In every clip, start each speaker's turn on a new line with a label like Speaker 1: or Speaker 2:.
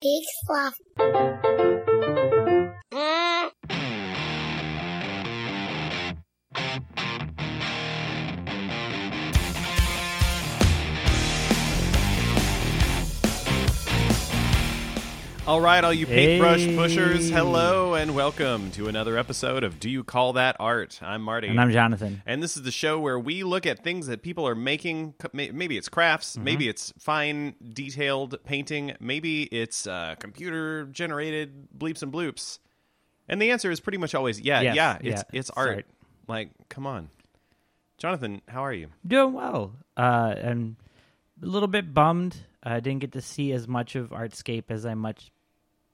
Speaker 1: Big sloth. Mm.
Speaker 2: All right, all you paintbrush
Speaker 3: Hey.
Speaker 2: pushers, hello and welcome to another episode of Do You Call That Art? I'm Marty.
Speaker 3: And I'm Jonathan.
Speaker 2: And this is the show where we look at things that people are making. c- may- Maybe it's crafts,
Speaker 3: Mm-hmm.
Speaker 2: maybe it's fine, detailed painting, maybe it's uh, computer generated bleeps and bloops. And the answer is pretty much always yeah,
Speaker 3: Yes,
Speaker 2: yeah, it's
Speaker 3: yeah,
Speaker 2: it's
Speaker 3: it's
Speaker 2: art.
Speaker 3: art.
Speaker 2: Like, come on, Jonathan, how are you?
Speaker 3: Doing well. Uh, I'm a little bit bummed. I didn't get to see as much of Artscape as I much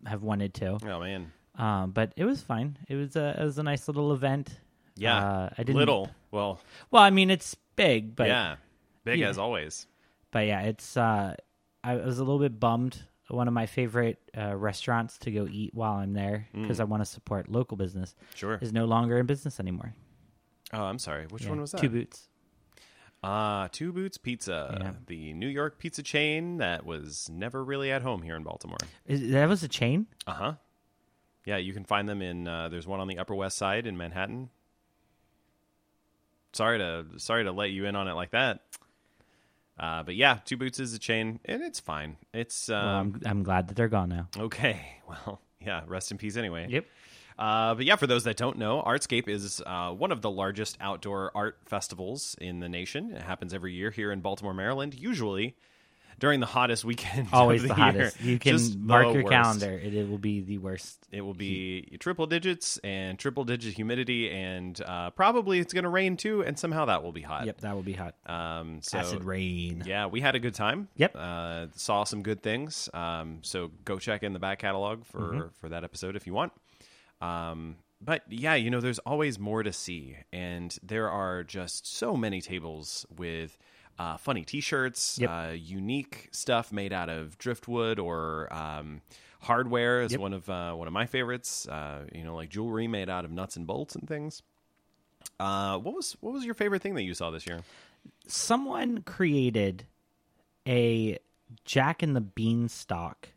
Speaker 3: have wanted to,
Speaker 2: Oh man,
Speaker 3: um, but it was fine. It was a it was a nice little event.
Speaker 2: yeah,
Speaker 3: Uh, I didn't-
Speaker 2: little. Well,
Speaker 3: Well, I mean it's big, but
Speaker 2: yeah, big
Speaker 3: Yeah.
Speaker 2: as always.
Speaker 3: but yeah, it's. Uh, I was a little bit bummed. One of my favorite uh, restaurants to go eat while I'm there because I want to support local business
Speaker 2: Sure.
Speaker 3: is no longer in business anymore.
Speaker 2: Oh, I'm sorry. Which
Speaker 3: Yeah.
Speaker 2: one was that?
Speaker 3: Two Boots.
Speaker 2: Ah, Two Boots Pizza,
Speaker 3: Yeah.
Speaker 2: the New York pizza chain that was never really at home here in Baltimore.
Speaker 3: Is, that was a chain.
Speaker 2: Uh huh. Yeah, you can find them in. Uh, there's one on the Upper West Side in Manhattan. Sorry to sorry to let you in on it like that. Uh, but yeah, Two Boots is a chain, and it's fine. It's
Speaker 3: Well,
Speaker 2: um,
Speaker 3: I'm, I'm glad that they're gone now.
Speaker 2: okay. Well, yeah, rest in peace anyway.
Speaker 3: Yep.
Speaker 2: Uh, but yeah, for those that don't know, Artscape is uh, one of the largest outdoor art festivals in the nation. It happens every year here in Baltimore, Maryland, usually during the hottest weekend. of
Speaker 3: always
Speaker 2: the,
Speaker 3: the, hottest.
Speaker 2: year.
Speaker 3: You can
Speaker 2: Just the
Speaker 3: mark your
Speaker 2: worst.
Speaker 3: calendar; it, it will be the worst.
Speaker 2: It will be triple digits and triple digit humidity, and uh, probably it's going to rain too, and somehow that will be hot.
Speaker 3: Yep, that will be hot.
Speaker 2: Um, Uh, so
Speaker 3: Acid rain.
Speaker 2: yeah, we had a good time.
Speaker 3: Yep.
Speaker 2: Uh, saw some good things. Um, so go check in the back catalog for
Speaker 3: Mm-hmm.
Speaker 2: for that episode if you want. Um, but yeah, you know, there's always more to see, and there are just so many tables with. Uh, funny T-shirts,
Speaker 3: Yep.
Speaker 2: uh, unique stuff made out of driftwood or um, hardware is one of uh, one of my favorites. Uh, you know, like jewelry made out of nuts and bolts and things. Uh, what was what was your favorite thing that you saw this year?
Speaker 3: Someone created a Jack and the Beanstalk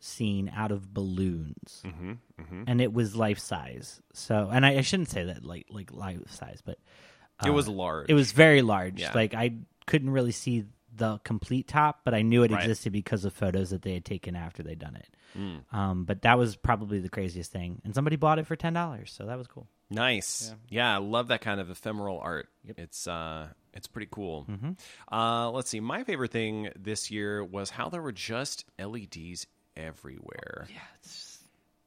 Speaker 3: scene out of balloons, mm-hmm, and it was life size. So, and I, I shouldn't say that like like life size, but
Speaker 2: it was
Speaker 3: Uh,
Speaker 2: large.
Speaker 3: it was very large.
Speaker 2: Yeah.
Speaker 3: Like I couldn't really see the complete top, but I knew it
Speaker 2: Right. Hmm.
Speaker 3: existed because of photos that they had taken after they'd done it. Um, but that was probably the craziest thing, and somebody bought it for ten dollars, so that was cool.
Speaker 2: Nice. Yeah. I love that kind of ephemeral art. It's uh it's pretty cool. Uh let's see. My favorite thing this year was how there were just LEDs everywhere. Yeah.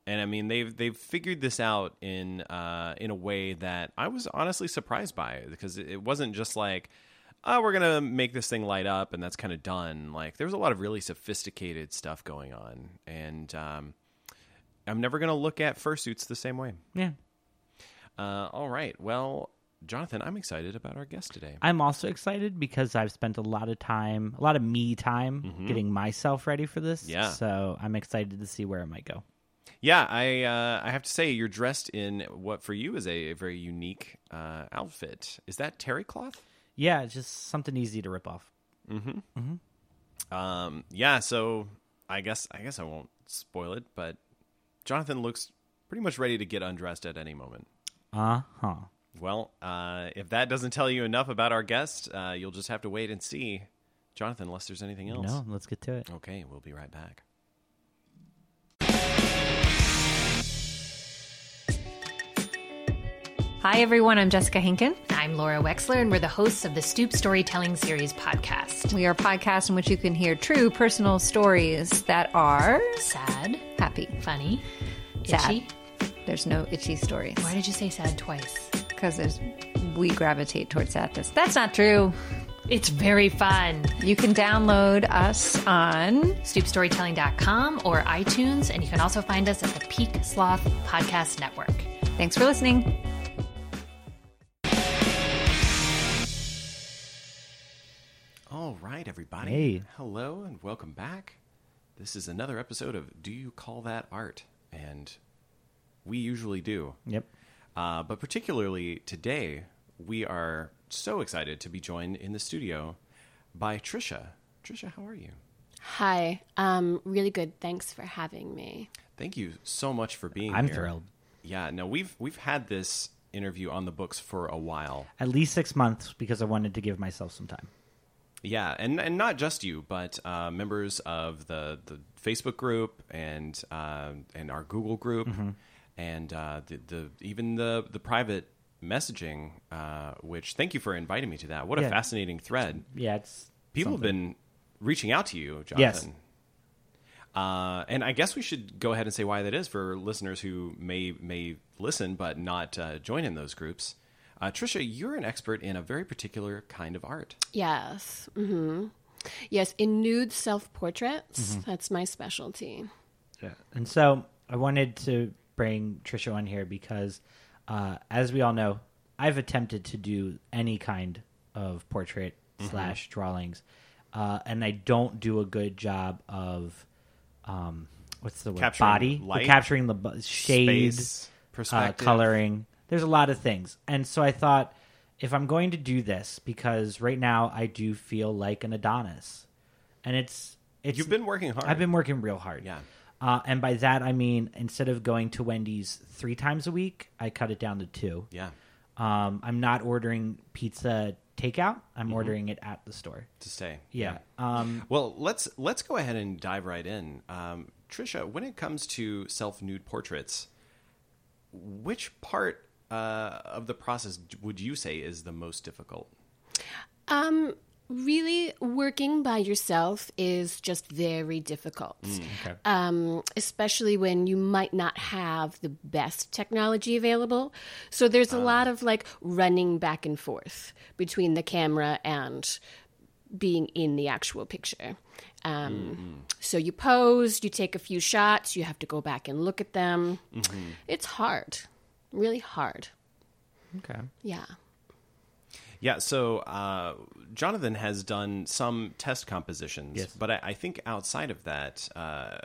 Speaker 2: And I mean they've they've figured this out in uh in a way that I was honestly surprised by because it- it wasn't just like oh we're gonna make this thing light up and that's kind of done. Like there was a lot of really sophisticated stuff going on and um I'm never gonna look at fursuits the same way.
Speaker 3: Yeah,
Speaker 2: Uh, all right. Well, Jonathan, I'm excited about our guest today.
Speaker 3: I'm also excited because I've spent a lot of time, a lot of me time, getting myself ready for this.
Speaker 2: Mm-hmm. Yeah.
Speaker 3: so I'm excited to see where it might go.
Speaker 2: Yeah, I uh, I have to say you're dressed in what for you is a, very unique uh, outfit. Is that terry cloth?
Speaker 3: Yeah, it's just something easy to rip off.
Speaker 2: Um, yeah. So I guess I guess I won't spoil it, but Jonathan looks pretty much ready to get undressed at any moment.
Speaker 3: Uh huh.
Speaker 2: Well, uh, if that doesn't tell you enough about our guest, uh, you'll just have to wait and see, Jonathan. Unless there's anything else.
Speaker 3: No, let's get to it.
Speaker 2: Okay, we'll be right back.
Speaker 4: Hi, everyone. I'm Jessica Hinken. I'm Laura Wexler, and we're the hosts of the Stoop Storytelling Series podcast.
Speaker 5: We are a podcast in which you can hear true personal stories that are
Speaker 4: Sad,
Speaker 5: happy.
Speaker 4: funny,
Speaker 5: Sad.
Speaker 4: itchy.
Speaker 5: There's no itchy stories
Speaker 4: Why did you say sad twice?
Speaker 5: because there's we gravitate towards sadness. That's not true.
Speaker 4: It's very fun.
Speaker 5: You can download us on
Speaker 4: StoopStorytelling.com or iTunes, and you can also find us at the Peak Sloth Podcast Network.
Speaker 5: Thanks for listening.
Speaker 2: All right, everybody.
Speaker 3: Hey.
Speaker 2: Hello and welcome back. This is another episode of Do You Call That Art? And we usually do.
Speaker 3: Yep.
Speaker 2: Uh, but particularly today, we are so excited to be joined in the studio by Trisha. Trisha, how are you?
Speaker 1: Hi. Um, really good. Thanks for having me.
Speaker 2: Thank you so much for being
Speaker 3: I'm
Speaker 2: here.
Speaker 3: thrilled.
Speaker 2: Yeah, no, we've we've had this interview on the books for a while.
Speaker 3: At least six months because I wanted to give myself some time.
Speaker 2: Yeah, and and not just you, but uh, members of the the Facebook group and uh, and our Google group,
Speaker 3: Mm-hmm.
Speaker 2: and uh, the, the even the the private messaging. Uh, which thank you for inviting me to that. What a
Speaker 3: Yeah.
Speaker 2: fascinating thread.
Speaker 3: Yeah, it's
Speaker 2: People
Speaker 3: something.
Speaker 2: have been reaching out to you, Jonathan.
Speaker 3: Yes.
Speaker 2: Uh, and I guess we should go ahead and say why that is for listeners who may may listen but not uh, join in those groups. Uh, Trisha, you're an expert in a very particular kind of art.
Speaker 1: Yes. hmm Yes. In nude self portraits, that's my specialty.
Speaker 3: And so I wanted to bring Trisha on here because, uh, as we all know, I've attempted to do any kind of portrait
Speaker 2: Mm-hmm.
Speaker 3: slash drawings, uh, and I don't do a good job of um, what's the word
Speaker 2: Capturing
Speaker 3: body
Speaker 2: light,
Speaker 3: the capturing the bu- shade,
Speaker 2: space,
Speaker 3: uh,
Speaker 2: perspective.
Speaker 3: coloring. There's a lot of things, and so I thought if I'm going to do this, because right now I do feel like an Adonis, and it's it's
Speaker 2: You've been working hard.
Speaker 3: I've been working real hard.
Speaker 2: Yeah.
Speaker 3: Uh, and by that I mean instead of going to Wendy's three times a week, I cut it down to two.
Speaker 2: yeah,
Speaker 3: Um, I'm not ordering pizza takeout. I'm
Speaker 2: Mm-hmm.
Speaker 3: ordering it at the store.
Speaker 2: to stay. Mm-hmm.
Speaker 3: Yeah. Um,
Speaker 2: Well, let's let's go ahead and dive right in. Um, Trisha, when it comes to self nude portraits, which part uh, of the process d- would you say is the most difficult?
Speaker 1: Really, working by yourself is just very difficult, um, especially when you might not have the best technology available. So there's a lot of like running back and forth between the camera and being in the actual picture. Um, So you pose, you take a few shots, you have to go back and look at them. It's hard, really hard.
Speaker 3: okay.
Speaker 1: Yeah.
Speaker 2: Yeah, so uh, Jonathan has done some test compositions,
Speaker 3: Yes.
Speaker 2: but I, I think outside of that, uh,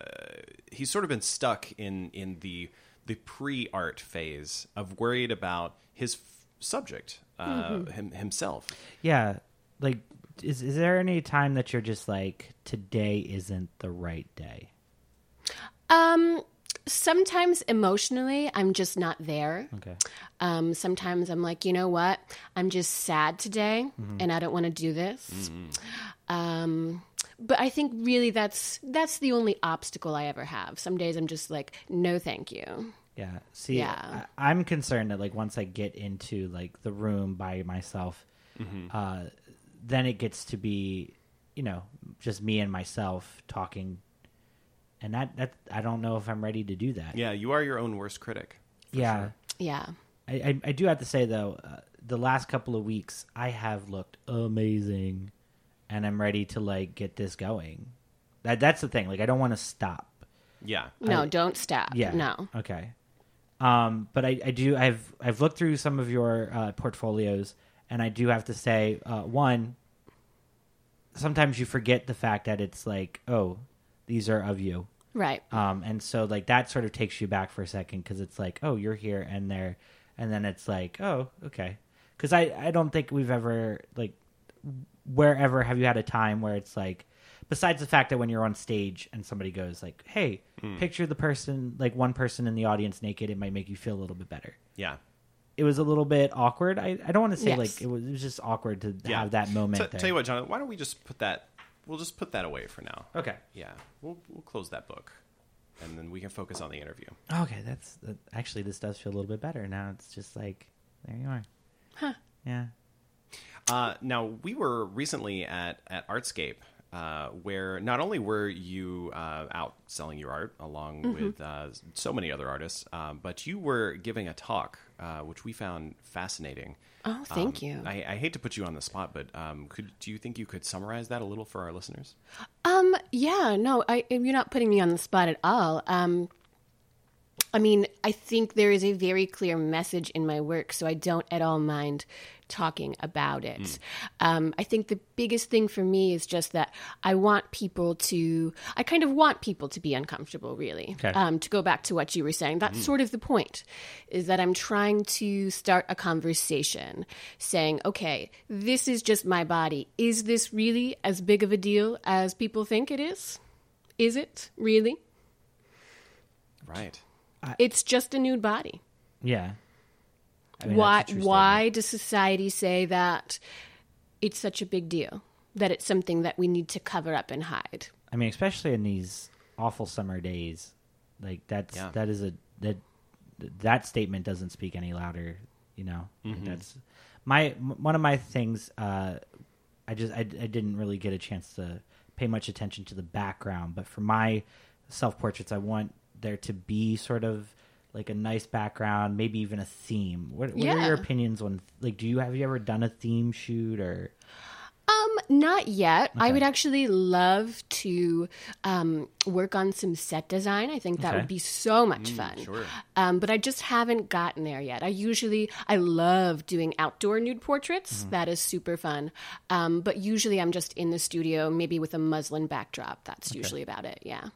Speaker 2: he's sort of been stuck in in the the pre art phase of worried about his f- subject, uh, him, himself.
Speaker 3: Yeah. Like, is is there any time that you're just like today isn't the right day?
Speaker 1: Um, sometimes emotionally, I'm just not there.
Speaker 3: Okay.
Speaker 1: Um, sometimes I'm like, you know what? I'm just sad today and I don't want to do this. Um, but I think really that's that's the only obstacle I ever have. Some days I'm just like, no, thank you.
Speaker 3: Yeah. See,
Speaker 1: Yeah.
Speaker 3: I, I'm concerned that like once I get into like the room by myself, uh, then it gets to be, you know, just me and myself talking, and that that I don't know if I'm ready to do that.
Speaker 2: Yeah, you are your own worst critic.
Speaker 3: Yeah.
Speaker 1: Yeah.
Speaker 3: I, I I do have to say though, uh, the last couple of weeks I have looked amazing, and I'm ready to like get this going. That that's the thing. Like I don't want to stop.
Speaker 2: Yeah,
Speaker 1: No, don't stop.
Speaker 3: Yeah.
Speaker 1: No.
Speaker 3: Okay. Um, but I, I do. I've I've looked through some of your uh, portfolios, and I do have to say, uh, one. Sometimes you forget the fact that it's like, oh, these are of you,
Speaker 1: Right.
Speaker 3: um, and so like that sort of takes you back for a second because it's like, oh, you're here and there, and then it's like, oh, okay, because I I don't think we've ever like wherever have you had a time where it's like besides the fact that when you're on stage and somebody goes like hey
Speaker 2: Hmm.
Speaker 3: picture the person like one person in the audience naked it might make you feel a little bit better
Speaker 2: yeah.
Speaker 3: it was a little bit awkward i, I don't want to say
Speaker 1: Yes.
Speaker 3: like it was, it was just awkward to
Speaker 2: yeah.
Speaker 3: have that moment
Speaker 2: T-
Speaker 3: there.
Speaker 2: Tell you what, Jonathan, why don't we just put that? We'll just put that away for now.
Speaker 3: okay
Speaker 2: Yeah, we'll we'll close that book, and then we can focus on the interview.
Speaker 3: okay that's that, actually this does feel a little bit better now it's just like there you are yeah
Speaker 2: Uh, now we were recently at at Artscape, uh, where not only were you uh, out selling your art along
Speaker 1: Mm-hmm.
Speaker 2: with uh, so many other artists, um, but you were giving a talk, uh, which we found fascinating.
Speaker 1: Oh, thank
Speaker 2: Um,
Speaker 1: you.
Speaker 2: I, I hate to put you on the spot, but um, could do you think you could summarize that a little for our listeners?
Speaker 1: Um, yeah, no, I, you're not putting me on the spot at all. Um, I mean, I think there is a very clear message in my work, so I don't at all mind talking about it. Um, I think the biggest thing for me is just that I want people to, I kind of want people to be uncomfortable, really.
Speaker 3: Okay.
Speaker 1: Um, to go back to what you were saying, that's sort of the point, is that I'm trying to start a conversation saying, okay, this is just my body. Is this really as big of a deal as people think it is? Is it really?
Speaker 2: Right.
Speaker 1: It's just a nude body.
Speaker 3: Yeah. I mean,
Speaker 1: why
Speaker 3: that's a true
Speaker 1: why does society say that it's such a big deal that it's something that we need to cover up and hide
Speaker 3: I mean, especially in these awful summer days, like that's
Speaker 2: Yeah.
Speaker 3: that is a that that statement doesn't speak any louder. You know, Like, that's my m- one of my things. Uh, I just I, I didn't really get a chance to pay much attention to the background, but for my self portraits, I want there to be sort of like a nice background, maybe even a theme. What, what are
Speaker 1: Yeah.
Speaker 3: your opinions on like? Do you have you ever done a theme shoot or?
Speaker 1: um not yet i would actually love to um work on some set design i think that
Speaker 3: Okay. Mm,
Speaker 1: would be so much fun
Speaker 2: sure.
Speaker 1: um but i just haven't gotten there yet i usually i love doing outdoor nude portraits
Speaker 3: Mm-hmm.
Speaker 1: that is super fun um but usually i'm just in the studio maybe with a muslin backdrop that's usually about it yeah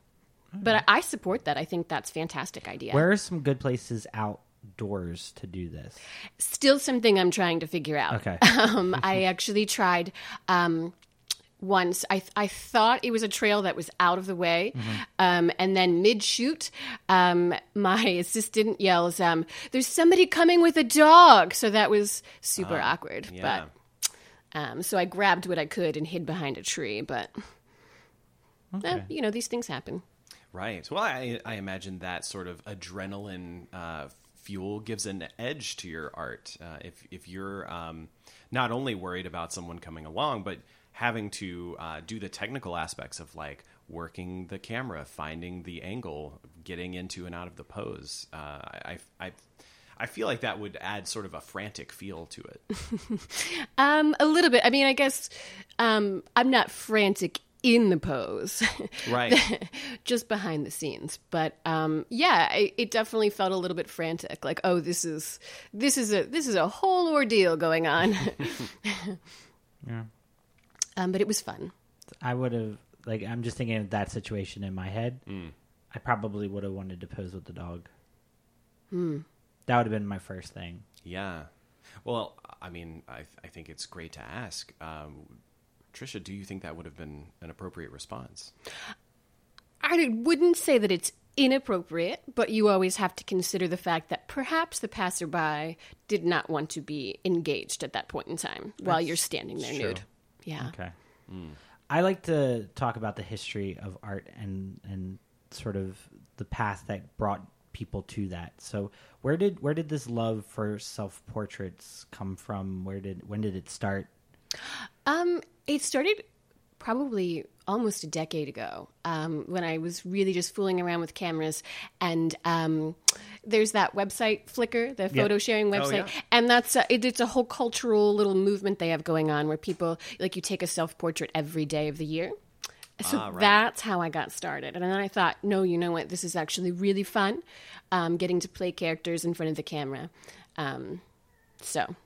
Speaker 1: but I I support that. I think that's a fantastic idea.
Speaker 3: Where are some good places outdoors to do this?
Speaker 1: still something I'm trying to figure out.
Speaker 3: Okay.
Speaker 1: Um, I actually tried um, once. I I thought it was a trail that was out of the way, um, and then mid shoot, um, my assistant yells, um, "There's somebody coming with a dog!" So that was super awkward.
Speaker 2: yeah.
Speaker 1: But um, so I grabbed what I could and hid behind a tree. But eh, you know, these things happen.
Speaker 2: Right. Well, I, I imagine that sort of adrenaline uh, fuel gives an edge to your art. Uh, if if you're um, not only worried about someone coming along, but having to uh, do the technical aspects of like working the camera, finding the angle, getting into and out of the pose, uh, I, I I feel like that would add sort of a frantic feel to it.
Speaker 1: Um, a little bit. I mean, I guess um, I'm not frantic in the pose.
Speaker 2: Right.
Speaker 1: just behind the scenes but um yeah it, it definitely felt a little bit frantic like oh this is this is a this is a whole ordeal going on
Speaker 3: Yeah.
Speaker 1: um but it was fun
Speaker 3: I would have like I'm just thinking of that situation in my head. I probably would have wanted to pose with the dog.
Speaker 1: Hmm.
Speaker 3: That would have been my first thing.
Speaker 2: Yeah. Well, I mean, I, th- I think it's great to ask. Um, Trisha, do you think that would have been an appropriate response?
Speaker 1: i wouldn't say that it's inappropriate but you always have to consider the fact that perhaps the passerby did not want to be engaged at that point in time while you're standing there
Speaker 3: true.
Speaker 1: nude yeah
Speaker 3: Okay. I like to talk about the history of art and and sort of the path that brought people to that. So where did where did this love for self portraits come from? Where did when did it start?
Speaker 1: Um, it started probably almost a decade ago um, when I was really just fooling around with cameras. And um, there's that website, Flickr, the photo sharing website,
Speaker 2: yeah.
Speaker 1: and that's a, it, it's a whole cultural little movement they have going on where people like you take a self portrait every day of the year. So that's how I got started. And then I thought, no, you know what? This is actually really fun um, getting to play characters in front of the camera. Um, so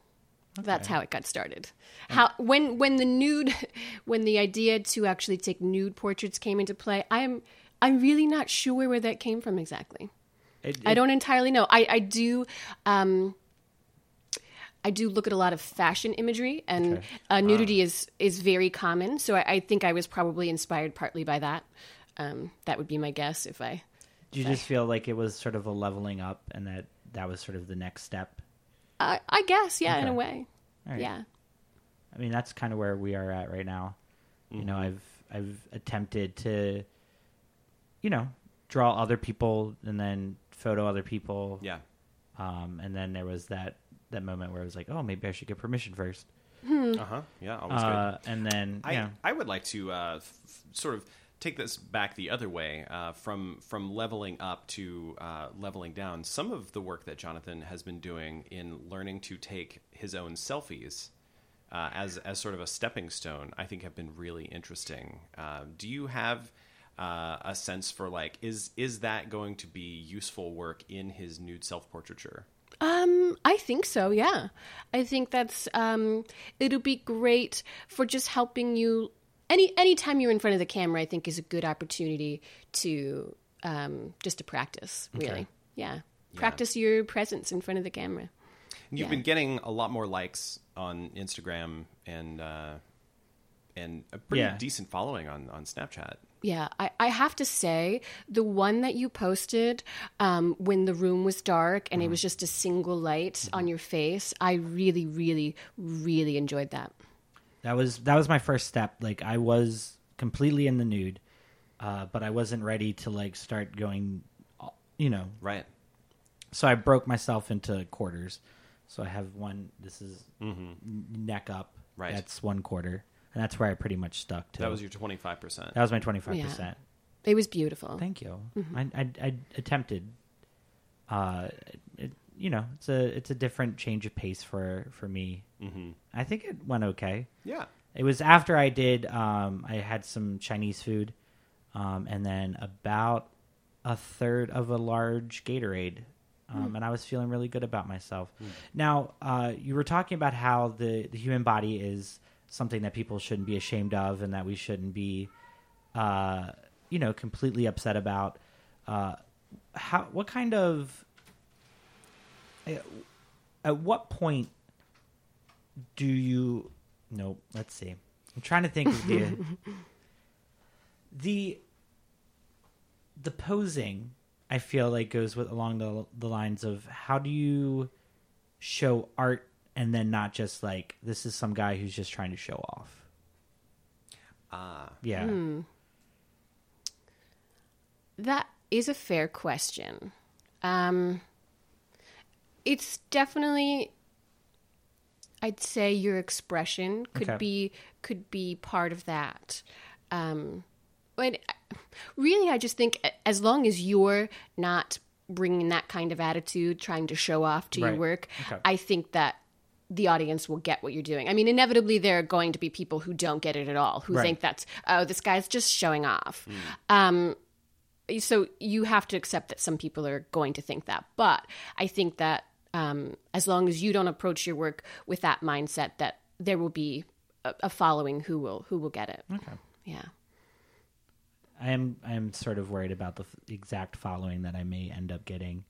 Speaker 1: that's how it got started. How when when the nude when the idea to actually take nude portraits came into play, I'm I'm really not sure where that came from exactly.
Speaker 3: It-
Speaker 1: I don't entirely know. I I do um I do look at a lot of fashion imagery, and uh, nudity is is very common. So I, I think I was probably inspired partly by that. Um, that would be my guess if I.
Speaker 3: Do you just feel like it was sort of a leveling up and that that was sort of the next step?
Speaker 1: I I guess, yeah, in a
Speaker 3: Okay.
Speaker 1: way,
Speaker 3: right.
Speaker 1: yeah.
Speaker 3: I mean, that's kind of where we are at right now. You
Speaker 2: Mm-hmm.
Speaker 3: know, I've I've attempted to, you know, draw other people and then photo other people.
Speaker 2: Yeah.
Speaker 3: Um, and then there was that that moment where I was like, oh, maybe I should get permission first.
Speaker 2: Uh huh. Yeah. Always good.
Speaker 3: Uh, and then
Speaker 2: I,
Speaker 3: yeah,
Speaker 2: I would like to uh, f- f- sort of take this back the other way uh, from from leveling up to uh, leveling down. Some of the work that Jonathan has been doing in learning to take his own selfies uh, as as sort of a stepping stone, I think, have been really interesting. Uh, do you have uh, a sense for like is is that going to be useful work in his nude self portraiture?
Speaker 1: I think so, yeah. I think that's um it'll be great for just helping you any anytime you're in front of the camera I think is a good opportunity to um just to practice, really. Yeah. Practice your presence in front of the camera.
Speaker 2: You've been getting a lot more likes on Instagram and uh, and a pretty
Speaker 3: Yeah.
Speaker 2: decent following on on Snapchat.
Speaker 1: Yeah, I, I have to say the one that you posted um, when the room was dark and it was just a single light on your face, I really, really, really enjoyed that.
Speaker 3: That was that was my first step. Like I was completely in the nude, uh, but I wasn't ready to like start going, you know.
Speaker 2: Right.
Speaker 3: So I broke myself into quarters. So I have one. This is n- neck up.
Speaker 2: Mm-hmm. Right.
Speaker 3: That's one quarter, and that's where I pretty much stuck to.
Speaker 2: That was your twenty five percent.
Speaker 3: that was my twenty five percent.
Speaker 1: It was beautiful.
Speaker 3: Thank you. I, I I attempted. Uh, it, you know, it's a it's a different change of pace for for me. Mm-hmm. I think it went okay.
Speaker 2: Yeah.
Speaker 3: It was after I did. Um, I had some Chinese food, um, and then about a third of a large Gatorade, um, and I was feeling really good about myself. Now, uh, you were talking about how the the human body is something that people shouldn't be ashamed of, and that we shouldn't be, uh, you know, completely upset about. Uh, how? What kind of? At, at what point do you no let's see i'm trying to think of the the the posing i feel like goes with along the, the lines of how do you show art and then not just like this is some guy who's just trying to show off ah yeah
Speaker 1: That is a fair question. Um, it's definitely, I'd say, your expression could
Speaker 3: Okay.
Speaker 1: be could be part of that. Um, but I- really, I just think a- as long as you're not bringing that kind of attitude, trying to show off to
Speaker 3: Right.
Speaker 1: your work,
Speaker 3: Okay.
Speaker 1: I think that the audience will get what you're doing. I mean, inevitably, there are going to be people who don't get it at all, who
Speaker 3: Right.
Speaker 1: think that's oh, this guy's just showing off. Um, so you have to accept that some people are going to think that but i think that um, as long as you don't approach your work with that mindset that there will be a, a following who will who will get it okay yeah
Speaker 3: i am i am sort of worried about the f- exact following that i may end up getting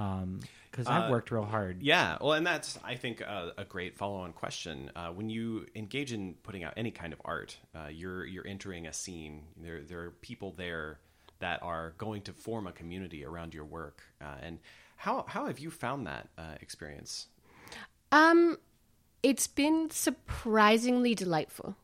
Speaker 3: um because i've worked real hard
Speaker 2: Yeah, well, and that's I think a, a great follow-on question. Uh, when you engage in putting out any kind of art, uh, you're you're entering a scene. There there are people there that are going to form a community around your work. Uh, and how how have you found that uh, experience?
Speaker 1: Um, it's been surprisingly delightful.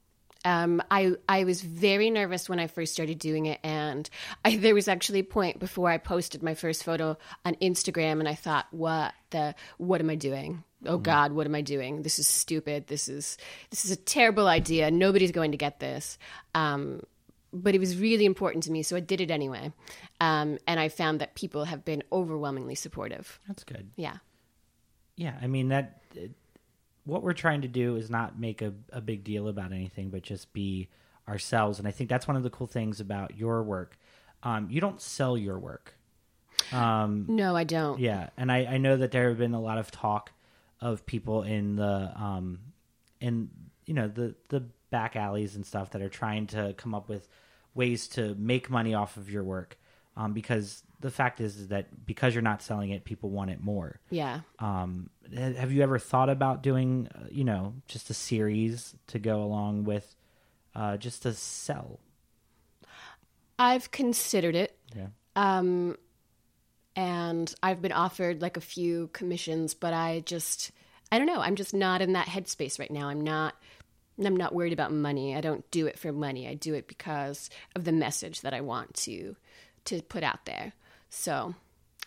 Speaker 1: Um, I I was very nervous when I first started doing it, and I, there was actually a point before I posted my first photo on Instagram, and I thought, "What the? What am I doing? Oh God, what am I doing? This is stupid. This is this is a terrible idea. Nobody's going to get this." Um, but it was really important to me, so I did it anyway, um, and I found that people have been overwhelmingly supportive.
Speaker 3: that's good
Speaker 1: Yeah.
Speaker 3: Yeah, I mean that. It, what we're trying to do is not make a, a big deal about anything, but just be ourselves. And I think that's one of the cool things about your work. Um, you don't sell your work.
Speaker 1: No, I don't.
Speaker 3: Yeah, and I, I know that there have been a lot of talk of people in the um, in you know the the back alleys and stuff that are trying to come up with ways to make money off of your work. Um, because the fact is, is that because you're not selling it, people want it more
Speaker 1: Yeah.
Speaker 3: um ha- have you ever thought about doing uh, you know just a series to go along with uh just to sell
Speaker 1: I've considered it. um,
Speaker 3: yeah
Speaker 1: and I've been offered like a few commissions, but I just I don't know. I'm just not in that headspace right now. I'm not I'm not worried about money. I don't do it for money. I do it because of the message that I want to to put out there. So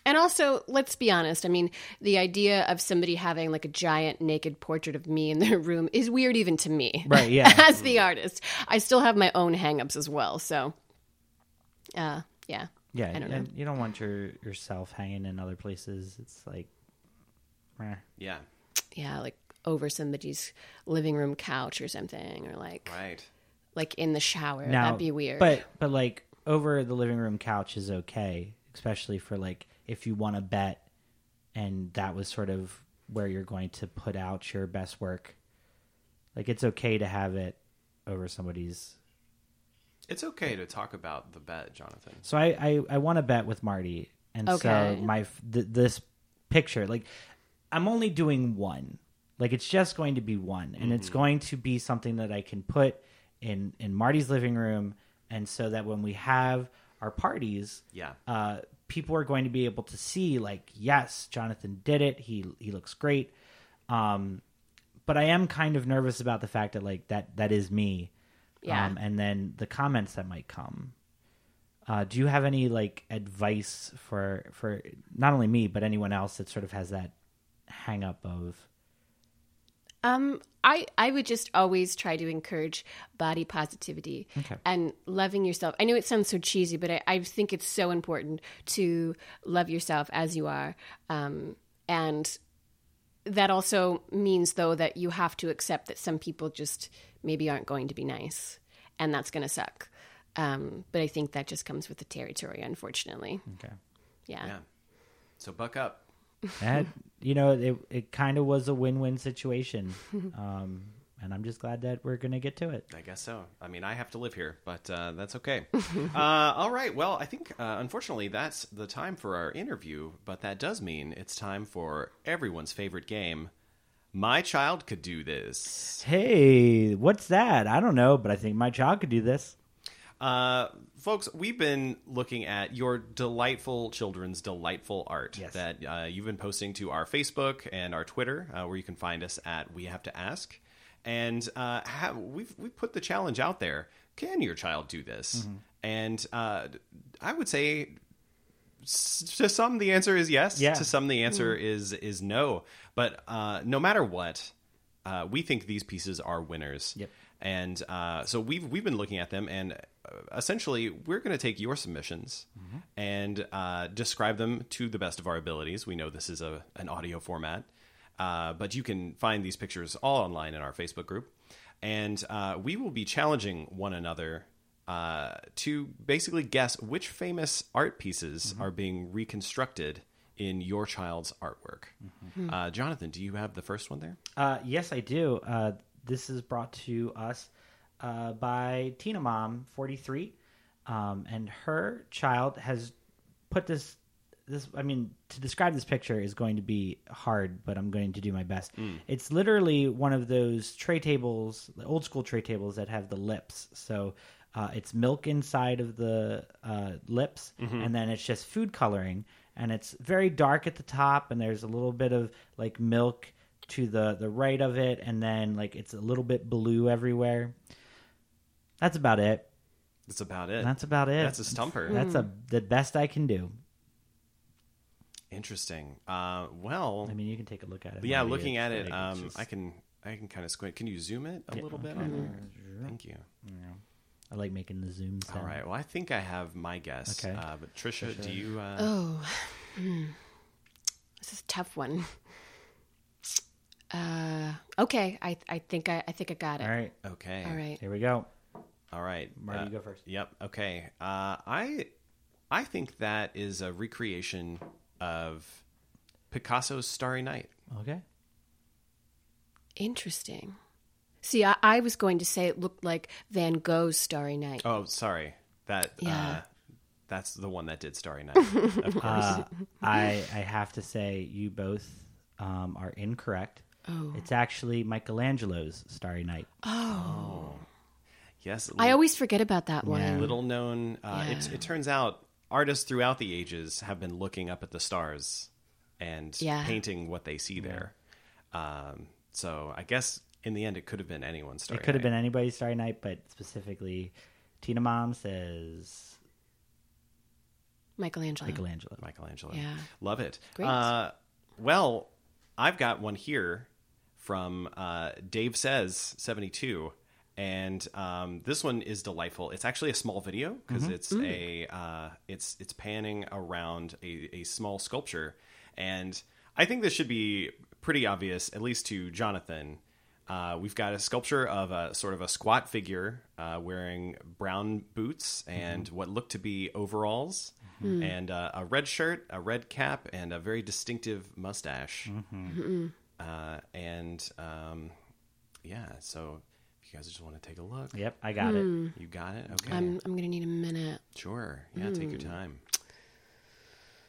Speaker 1: and also, let's be honest. I mean, the idea of somebody having like a giant naked portrait of me in their room is weird even to me.
Speaker 3: Right, yeah.
Speaker 1: as the artist. I still have my own hangups as well. So uh yeah.
Speaker 3: yeah
Speaker 1: I don't
Speaker 3: and you don't want your yourself hanging in other places it's like meh.
Speaker 2: Yeah,
Speaker 1: yeah, like over somebody's living room couch or something, or like
Speaker 2: right.
Speaker 1: like in the shower.
Speaker 3: now
Speaker 1: That'd be weird.
Speaker 3: but but like over the living room couch is okay, especially for like if you want to bet and that was sort of where you're going to put out your best work. Like it's okay to have it over somebody's.
Speaker 2: It's okay to talk about the bet, Jonathan.
Speaker 3: So I I, I want to bet with Marty, and
Speaker 1: Okay.
Speaker 3: so my f- th- this picture like I'm only doing one. Like it's just going to be one, and it's going to be something that I can put in in Marty's living room, and so that when we have our parties,
Speaker 2: Yeah.
Speaker 3: uh, people are going to be able to see like yes jonathan did it he he looks great um but i am kind of nervous about the fact that like that that is me
Speaker 1: Yeah.
Speaker 3: um, and then the comments that might come uh do you have any like advice for for not only me but anyone else that sort of has that hang up of
Speaker 1: Um, I I would just always try to encourage body positivity and loving yourself. I know it sounds so cheesy, but I, I think it's so important to love yourself as you are. Um, and that also means though that you have to accept that some people just maybe aren't going to be nice, and that's going to suck. Um, but I think that just comes with the territory, unfortunately.
Speaker 3: okay
Speaker 1: Yeah.
Speaker 2: Yeah. So buck up.
Speaker 3: that you know it it kind of was a win-win situation um and i'm just glad that we're gonna get to it
Speaker 2: I guess so. I mean, I have to live here, but uh, that's okay. uh, all right. Well, I think uh, unfortunately that's the time for our interview, but that does mean it's time for everyone's favorite game. My child could do this.
Speaker 3: Hey, what's that? I don't know, but I think my child could do this.
Speaker 2: Uh, folks, we've been looking at your delightful children's delightful art
Speaker 3: Yes.
Speaker 2: that uh, you've been posting to our Facebook and our Twitter, uh, where you can find us at We Have to Ask. And uh, have, we've we put the challenge out there: Can your child do this? And uh, I would say, s- to some, the answer is yes.
Speaker 3: Yeah. Mm.
Speaker 2: To some, the answer is is no. But uh, no matter what, uh, we think these pieces are winners.
Speaker 3: Yep.
Speaker 2: And uh, so we've we've been looking at them, and uh, essentially we're going to take your submissions
Speaker 3: Mm-hmm.
Speaker 2: and uh, describe them to the best of our abilities. We know this is a an audio format, uh, but you can find these pictures all online in our Facebook group, and uh, we will be challenging one another. Uh, to basically guess which famous art pieces
Speaker 3: Mm-hmm.
Speaker 2: are being reconstructed in your child's artwork.
Speaker 3: Mm-hmm.
Speaker 2: Uh, Jonathan, do you have the first one there?
Speaker 3: Uh, yes, I do. Uh, this is brought to us uh, by Tina Mom forty three, um, and her child has put this. This, I mean, to describe this picture is going to be hard, but I'm going to do my best. It's literally one of those tray tables, the old school tray tables that have the lips. So uh, it's milk inside of the uh, lips, and then it's just food coloring, and it's very dark at the top, and there's a little bit of like milk to the the right of it and then like it's a little bit blue everywhere that's about it
Speaker 2: That's about it.
Speaker 3: that's about it
Speaker 2: That's a stumper.
Speaker 3: that's a the best i can do
Speaker 2: Interesting. Uh, well,
Speaker 3: i mean you can take a look at it
Speaker 2: yeah,
Speaker 3: Maybe
Speaker 2: looking
Speaker 3: it's,
Speaker 2: at it,
Speaker 3: like, it's
Speaker 2: um,
Speaker 3: just-
Speaker 2: I can I can kind of squint. Can you zoom it a little bit? on there? Thank you.
Speaker 3: I like making the zoom sound.
Speaker 2: All right. Well, I think I have my guess.
Speaker 3: Okay.
Speaker 2: Uh, but Trisha, do you? Uh,
Speaker 1: Oh, hmm. this is a tough one. Uh, okay, I I think I, I think I got it.
Speaker 3: all right
Speaker 2: Okay.
Speaker 1: All right.
Speaker 3: here we go
Speaker 2: All right.
Speaker 3: marty
Speaker 2: Uh,
Speaker 3: you go first
Speaker 2: Yep. Okay. Uh, I I think that is a recreation of Picasso's Starry Night.
Speaker 3: okay
Speaker 1: Interesting. See, I, I was going to say it looked like Van Gogh's Starry Night.
Speaker 2: Oh, sorry. That. Uh,
Speaker 1: Yeah.
Speaker 2: that's the one that did Starry Night. Of course.
Speaker 3: uh, i i have to say you both um, are incorrect
Speaker 1: Oh.
Speaker 3: it's actually michelangelo's starry night
Speaker 2: yes.
Speaker 1: I always forget about that one.
Speaker 2: little known. Uh, it, it turns out artists throughout the ages have been looking up at the stars and
Speaker 1: Yeah.
Speaker 2: painting what they see there. Um, so I guess in the end, it could have been anyone's star.
Speaker 3: It could have been anybody's Starry Night, but specifically, Tina Mom says
Speaker 1: Michelangelo.
Speaker 3: Michelangelo.
Speaker 2: Michelangelo.
Speaker 1: Yeah.
Speaker 2: Love it.
Speaker 1: Great.
Speaker 2: Uh, well, I've got one here from uh, Dave Says 72. And um, this one is delightful. It's actually a small video because
Speaker 1: Mm-hmm.
Speaker 2: it's
Speaker 1: Mm.
Speaker 2: a uh, it's it's panning around a, a small sculpture, and I think this should be pretty obvious, at least to Jonathan, Uh, we've got a sculpture of a sort of a squat figure uh, wearing brown boots and what look to be overalls,
Speaker 1: Mm-hmm.
Speaker 2: and uh, a red shirt, a red cap, and a very distinctive mustache.
Speaker 1: Mm-hmm.
Speaker 2: Uh, and um, yeah, so if you guys just want to take a look,
Speaker 3: Yep, I got it.
Speaker 2: you got it. Okay,
Speaker 1: I'm, Hmm. I'm gonna need a minute.
Speaker 2: sure. Yeah, take your time.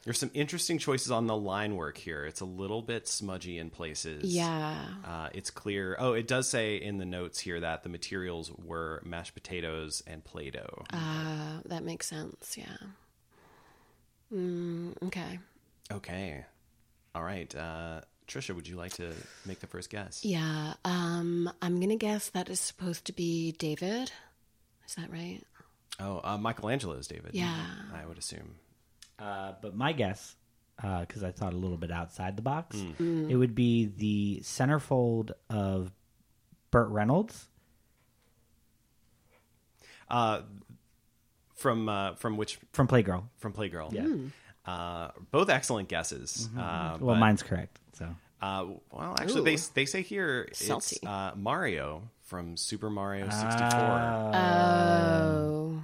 Speaker 2: There's some interesting choices on the line work here. It's a little bit smudgy in places.
Speaker 1: Yeah.
Speaker 2: Uh, it's clear. Oh, it does say in the notes here that the materials were mashed potatoes and Play Doh.
Speaker 1: Uh, that makes sense. Yeah. Mm, okay.
Speaker 2: Okay. All right. Uh, Trisha, would you like to make the first guess?
Speaker 1: Yeah. Um, I'm gonna guess that is supposed to be David. Is that right?
Speaker 2: Oh, uh, Michelangelo's David.
Speaker 1: Yeah.
Speaker 2: I would assume.
Speaker 3: Uh, but my guess, because I thought a little bit outside the box, it would be the centerfold of Burt Reynolds.
Speaker 2: Uh, from uh, from which
Speaker 3: From Playgirl.
Speaker 2: from Playgirl. Yeah. Uh, both excellent guesses. Uh,
Speaker 3: Well, mine's correct. So
Speaker 2: uh, well, actually, they
Speaker 1: Ooh.
Speaker 2: they say here it's
Speaker 1: Salty.
Speaker 2: uh, Mario from Super Mario sixty four.
Speaker 1: Oh.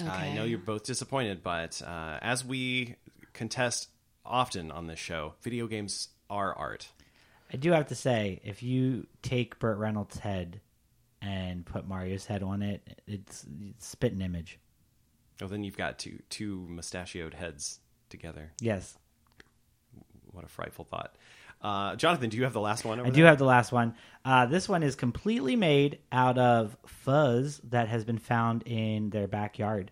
Speaker 1: Okay.
Speaker 2: I know you're both disappointed, but uh, as we contest often on this show, video games are art.
Speaker 3: I do have to say, if you take Burt Reynolds' head and put Mario's head on it, it's, it's spit an image.
Speaker 2: Oh, then you've got two two mustachioed heads together.
Speaker 3: Yes.
Speaker 2: What a frightful thought. Uh, Jonathan, do you have the last one? Over
Speaker 3: I do have the last one. Uh, this one is completely made out of fuzz that has been found in their backyard.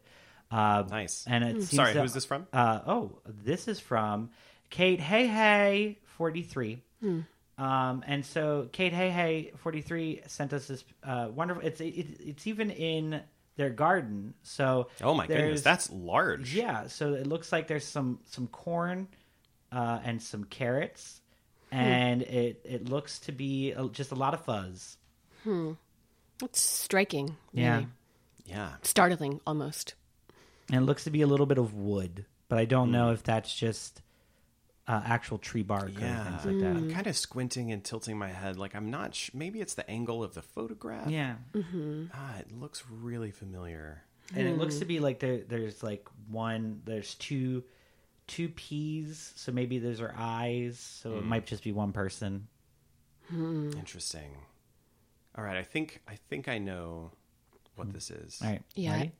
Speaker 3: Uh,
Speaker 2: Nice.
Speaker 3: And it seems
Speaker 2: Sorry,
Speaker 3: to-
Speaker 2: who's this from?
Speaker 3: Uh, oh, this is from Kate Hey Hey forty three. Um, and so Kate Hey Hey forty three sent us this uh, wonderful. It's it, it's even in their garden. So
Speaker 2: Oh my goodness,
Speaker 3: there's-
Speaker 2: that's large.
Speaker 3: yeah, so it looks like there's some some corn uh, and some carrots, and it it looks to be a, just a lot of fuzz.
Speaker 1: It's striking.
Speaker 3: Yeah,
Speaker 1: really.
Speaker 2: Yeah.
Speaker 1: Startling almost.
Speaker 3: and it looks to be a little bit of wood, but I
Speaker 2: Hmm.
Speaker 3: don't know if that's just uh, actual tree bark
Speaker 2: Yeah.
Speaker 3: or things like
Speaker 2: I'm kind of squinting and tilting my head. Like I'm not. Sh- maybe it's the angle of the photograph.
Speaker 3: that. Yeah,
Speaker 2: Ah, it looks really familiar.
Speaker 3: and it looks to be like there there's like one there's two two peas, so maybe those are eyes, so it might just be one person.
Speaker 2: Interesting. All right. I think I think I know what this is.
Speaker 3: All right,
Speaker 1: Yeah.
Speaker 3: ready?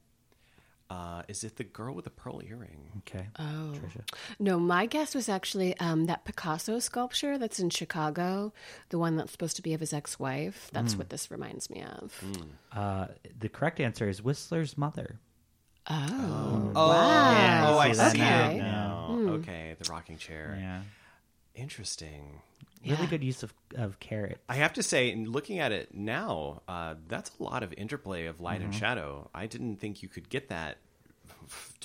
Speaker 2: Uh, is it the girl with the pearl earring?
Speaker 3: okay.
Speaker 1: Oh.
Speaker 3: Trisha.
Speaker 1: No, my guess was actually um, that Picasso sculpture that's in Chicago, the one that's supposed to be of his ex wife. That's
Speaker 3: Mm.
Speaker 1: what this reminds me of.
Speaker 3: Uh, the correct answer is Whistler's mother.
Speaker 1: Oh.
Speaker 2: Oh,
Speaker 3: Yeah,
Speaker 2: oh,
Speaker 3: I
Speaker 2: I
Speaker 3: see that
Speaker 2: see
Speaker 1: now.
Speaker 2: it
Speaker 1: Yeah.
Speaker 2: now. Okay, the rocking chair.
Speaker 3: Yeah.
Speaker 2: Interesting.
Speaker 3: Really good use of, of carrot.
Speaker 2: I have to say, in looking at it now, uh, that's a lot of interplay of light
Speaker 3: Mm-hmm.
Speaker 2: and shadow. I didn't think you could get that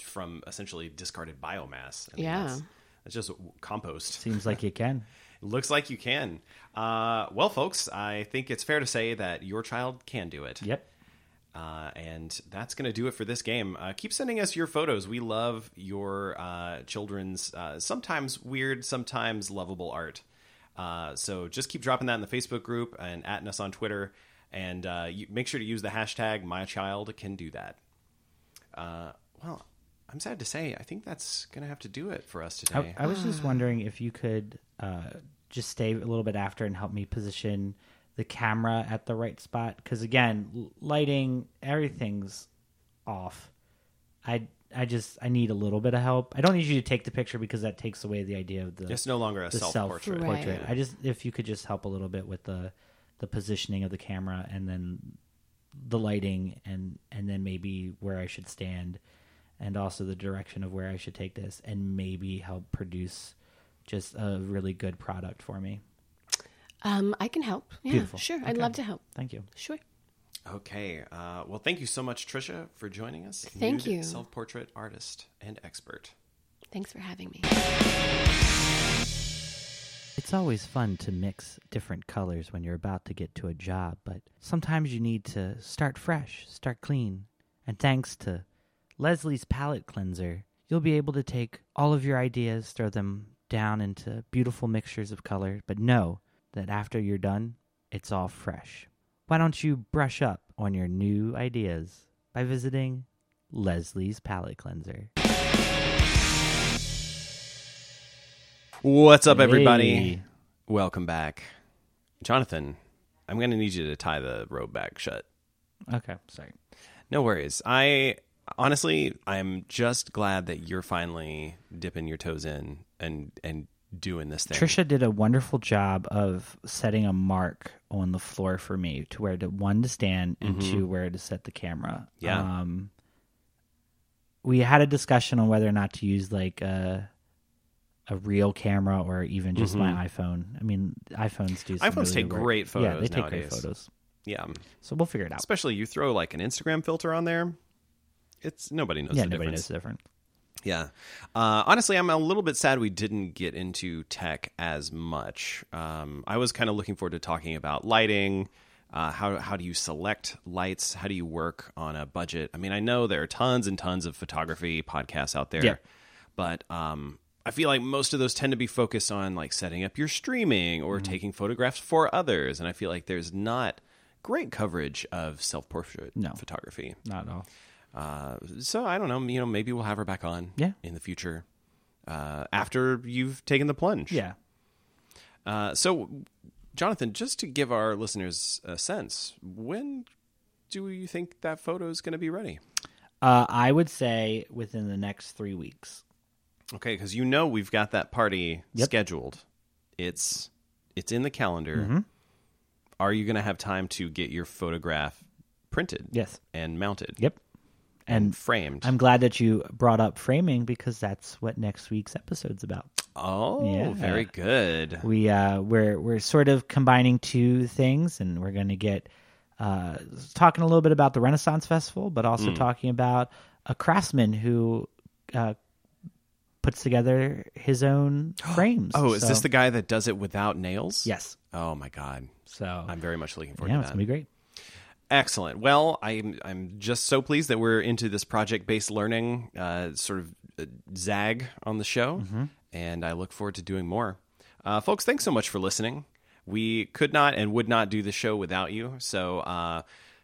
Speaker 2: from essentially discarded biomass. I mean,
Speaker 1: Yeah.
Speaker 2: That's, that's just compost.
Speaker 3: Seems like you can.
Speaker 2: Looks like you can. Uh, well, folks, I think it's fair to say that your child can do it.
Speaker 3: Yep.
Speaker 2: Uh, and that's going to do it for this game. Uh, keep sending us your photos. We love your uh, children's uh, sometimes weird, sometimes lovable art. Uh, so just keep dropping that in the Facebook group and atting us on Twitter. And uh, you, make sure to use the hashtag MyChildCanDoThat. Uh, well, I'm sad to say, I think that's going to have to do it for us today.
Speaker 3: I, I was just wondering if you could uh, just stay a little bit after and help me position the camera at the right spot. Because again, l- lighting, everything's off. I I just I need a little bit of help. I don't need you to take the picture because that takes away the idea of the
Speaker 2: it's no longer a
Speaker 3: the
Speaker 2: self portrait.
Speaker 1: Right.
Speaker 3: I just if you could just help a little bit with the the positioning of the camera and then the lighting and and then maybe where I should stand and also the direction of where I should take this and maybe help produce just a really good product for me.
Speaker 1: Um, I can help. Yeah,
Speaker 3: Beautiful.
Speaker 1: sure. I'd love to help.
Speaker 3: Thank you.
Speaker 1: Sure.
Speaker 2: Okay. Uh, well, thank you so much, Trisha, for joining us.
Speaker 1: Thank you.
Speaker 2: Self portrait artist and expert.
Speaker 1: Thanks for having me.
Speaker 3: It's always fun to mix different colors when you're about to get to a job, but sometimes you need to start fresh, start clean. And thanks to Leslie's Palette Cleanser, you'll be able to take all of your ideas, throw them down into beautiful mixtures of color, but know that after you're done, It's all fresh. Why don't you brush up on your new ideas by visiting Leslie's Palette Cleanser?
Speaker 2: What's up, everybody?
Speaker 3: Hey.
Speaker 2: Welcome back. Jonathan, I'm going to need you to tie the robe back shut.
Speaker 3: Okay, sorry.
Speaker 2: No worries. I honestly, I'm just glad that you're finally dipping your toes in and and doing this thing.
Speaker 3: Trisha did a wonderful job of setting a mark on the floor for me to where to one to stand and two where to set the camera.
Speaker 2: Mm-hmm. Yeah.
Speaker 3: Um, we had a discussion on whether or not to use like a a real camera or even just my iPhone. I mean, iPhones do. Some
Speaker 2: Mm-hmm. iPhones
Speaker 3: really
Speaker 2: take
Speaker 3: good work.
Speaker 2: great
Speaker 3: Yeah, they
Speaker 2: photos
Speaker 3: take great
Speaker 2: nowadays.
Speaker 3: photos.
Speaker 2: Yeah,
Speaker 3: So we'll figure it out.
Speaker 2: especially you throw like an Instagram filter on there. It's nobody knows
Speaker 3: yeah,
Speaker 2: the
Speaker 3: nobody
Speaker 2: difference.
Speaker 3: knows the difference.
Speaker 2: Yeah. Uh, honestly, I'm a little bit sad we didn't get into tech as much. Um, I was kind of looking forward to talking about lighting. Uh, how, how do you select lights? How do you work on a budget? I mean, I know there are tons and tons of photography podcasts out there,
Speaker 3: Yeah.
Speaker 2: but um, I feel like most of those tend to be focused on like setting up your streaming
Speaker 3: Mm-hmm.
Speaker 2: or taking photographs for others. And I feel like there's not great coverage of self portrait
Speaker 3: No.
Speaker 2: photography.
Speaker 3: Not at all.
Speaker 2: Uh, so I don't know. You know, maybe we'll have her back on.
Speaker 3: Yeah.
Speaker 2: In the future, uh, after you've taken the plunge.
Speaker 3: Yeah.
Speaker 2: Uh, so, Jonathan, just to give our listeners a sense, when do you think that photo is going to be ready?
Speaker 3: Uh, I would say within the next three weeks.
Speaker 2: Okay, because you know we've got that party
Speaker 3: Yep.
Speaker 2: scheduled. It's it's in the calendar.
Speaker 3: Mm-hmm.
Speaker 2: Are you going to have time to get your photograph printed?
Speaker 3: Yes.
Speaker 2: And mounted.
Speaker 3: Yep.
Speaker 2: And,
Speaker 3: And
Speaker 2: framed.
Speaker 3: I'm glad that you brought up framing because that's what next week's episode's about.
Speaker 2: oh,
Speaker 3: Yeah.
Speaker 2: very good.
Speaker 3: We uh, we're we're sort of combining two things, and we're going to get uh, talking a little bit about the Renaissance Festival, but also
Speaker 2: Mm.
Speaker 3: talking about a craftsman who uh, puts together his own frames.
Speaker 2: Oh, is this
Speaker 3: So-
Speaker 2: the guy that does it without nails?
Speaker 3: yes?
Speaker 2: Oh my god.
Speaker 3: So
Speaker 2: I'm very much looking forward
Speaker 3: yeah,
Speaker 2: to
Speaker 3: it's
Speaker 2: that.
Speaker 3: gonna be great.
Speaker 2: Excellent. Well, I'm I'm just so pleased that we're into this project-based learning uh, sort of uh, zag on the show,
Speaker 3: Mm-hmm.
Speaker 2: and I look forward to doing more. Uh, folks, thanks so much for listening. We could not and would not do the show without you. So uh,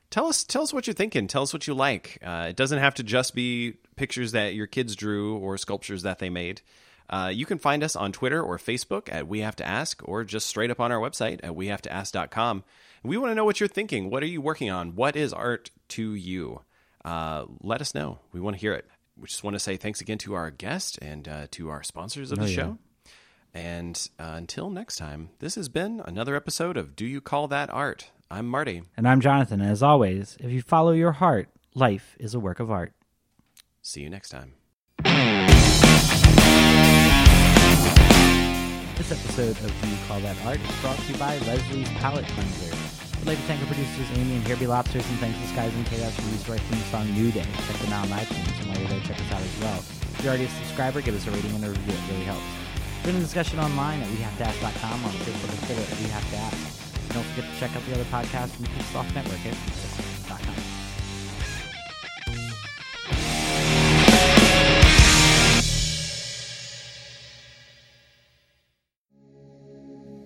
Speaker 2: tell us tell us what you're thinking. Tell us what you like. Uh, it doesn't have to just be pictures that your kids drew or sculptures that they made. Uh, you can find us on Twitter or Facebook at We Have to Ask, or just straight up on our website at wehavetoask.com. We want to know what you're thinking. What are you working on? What is art to you? Uh, let us know. We want to hear it. We just want to say thanks again to our guest and uh, to our sponsors of the show. And uh, until next time, this has been another episode of Do You Call That Art? I'm Marty.
Speaker 3: And I'm Jonathan. And as always, if you follow your heart, life is a work of art.
Speaker 2: See you next time.
Speaker 3: This episode of Do You Call That Art is brought to you by Leslie's Palette Cleanser. I'd like to thank our producers Amy and Here Be Lobsters and thanks to Skies and Chaos for use of our theme song New Day. Check them out on iTunes and while you're there, check us out as well. If you're already a subscriber, give us a rating and a review. It really helps. Join the discussion online at wehavetoask.com on Facebook and Twitter at We Have to Ask. And don't forget to check out the other podcasts from the Peacesoft Network at peacesoft.com.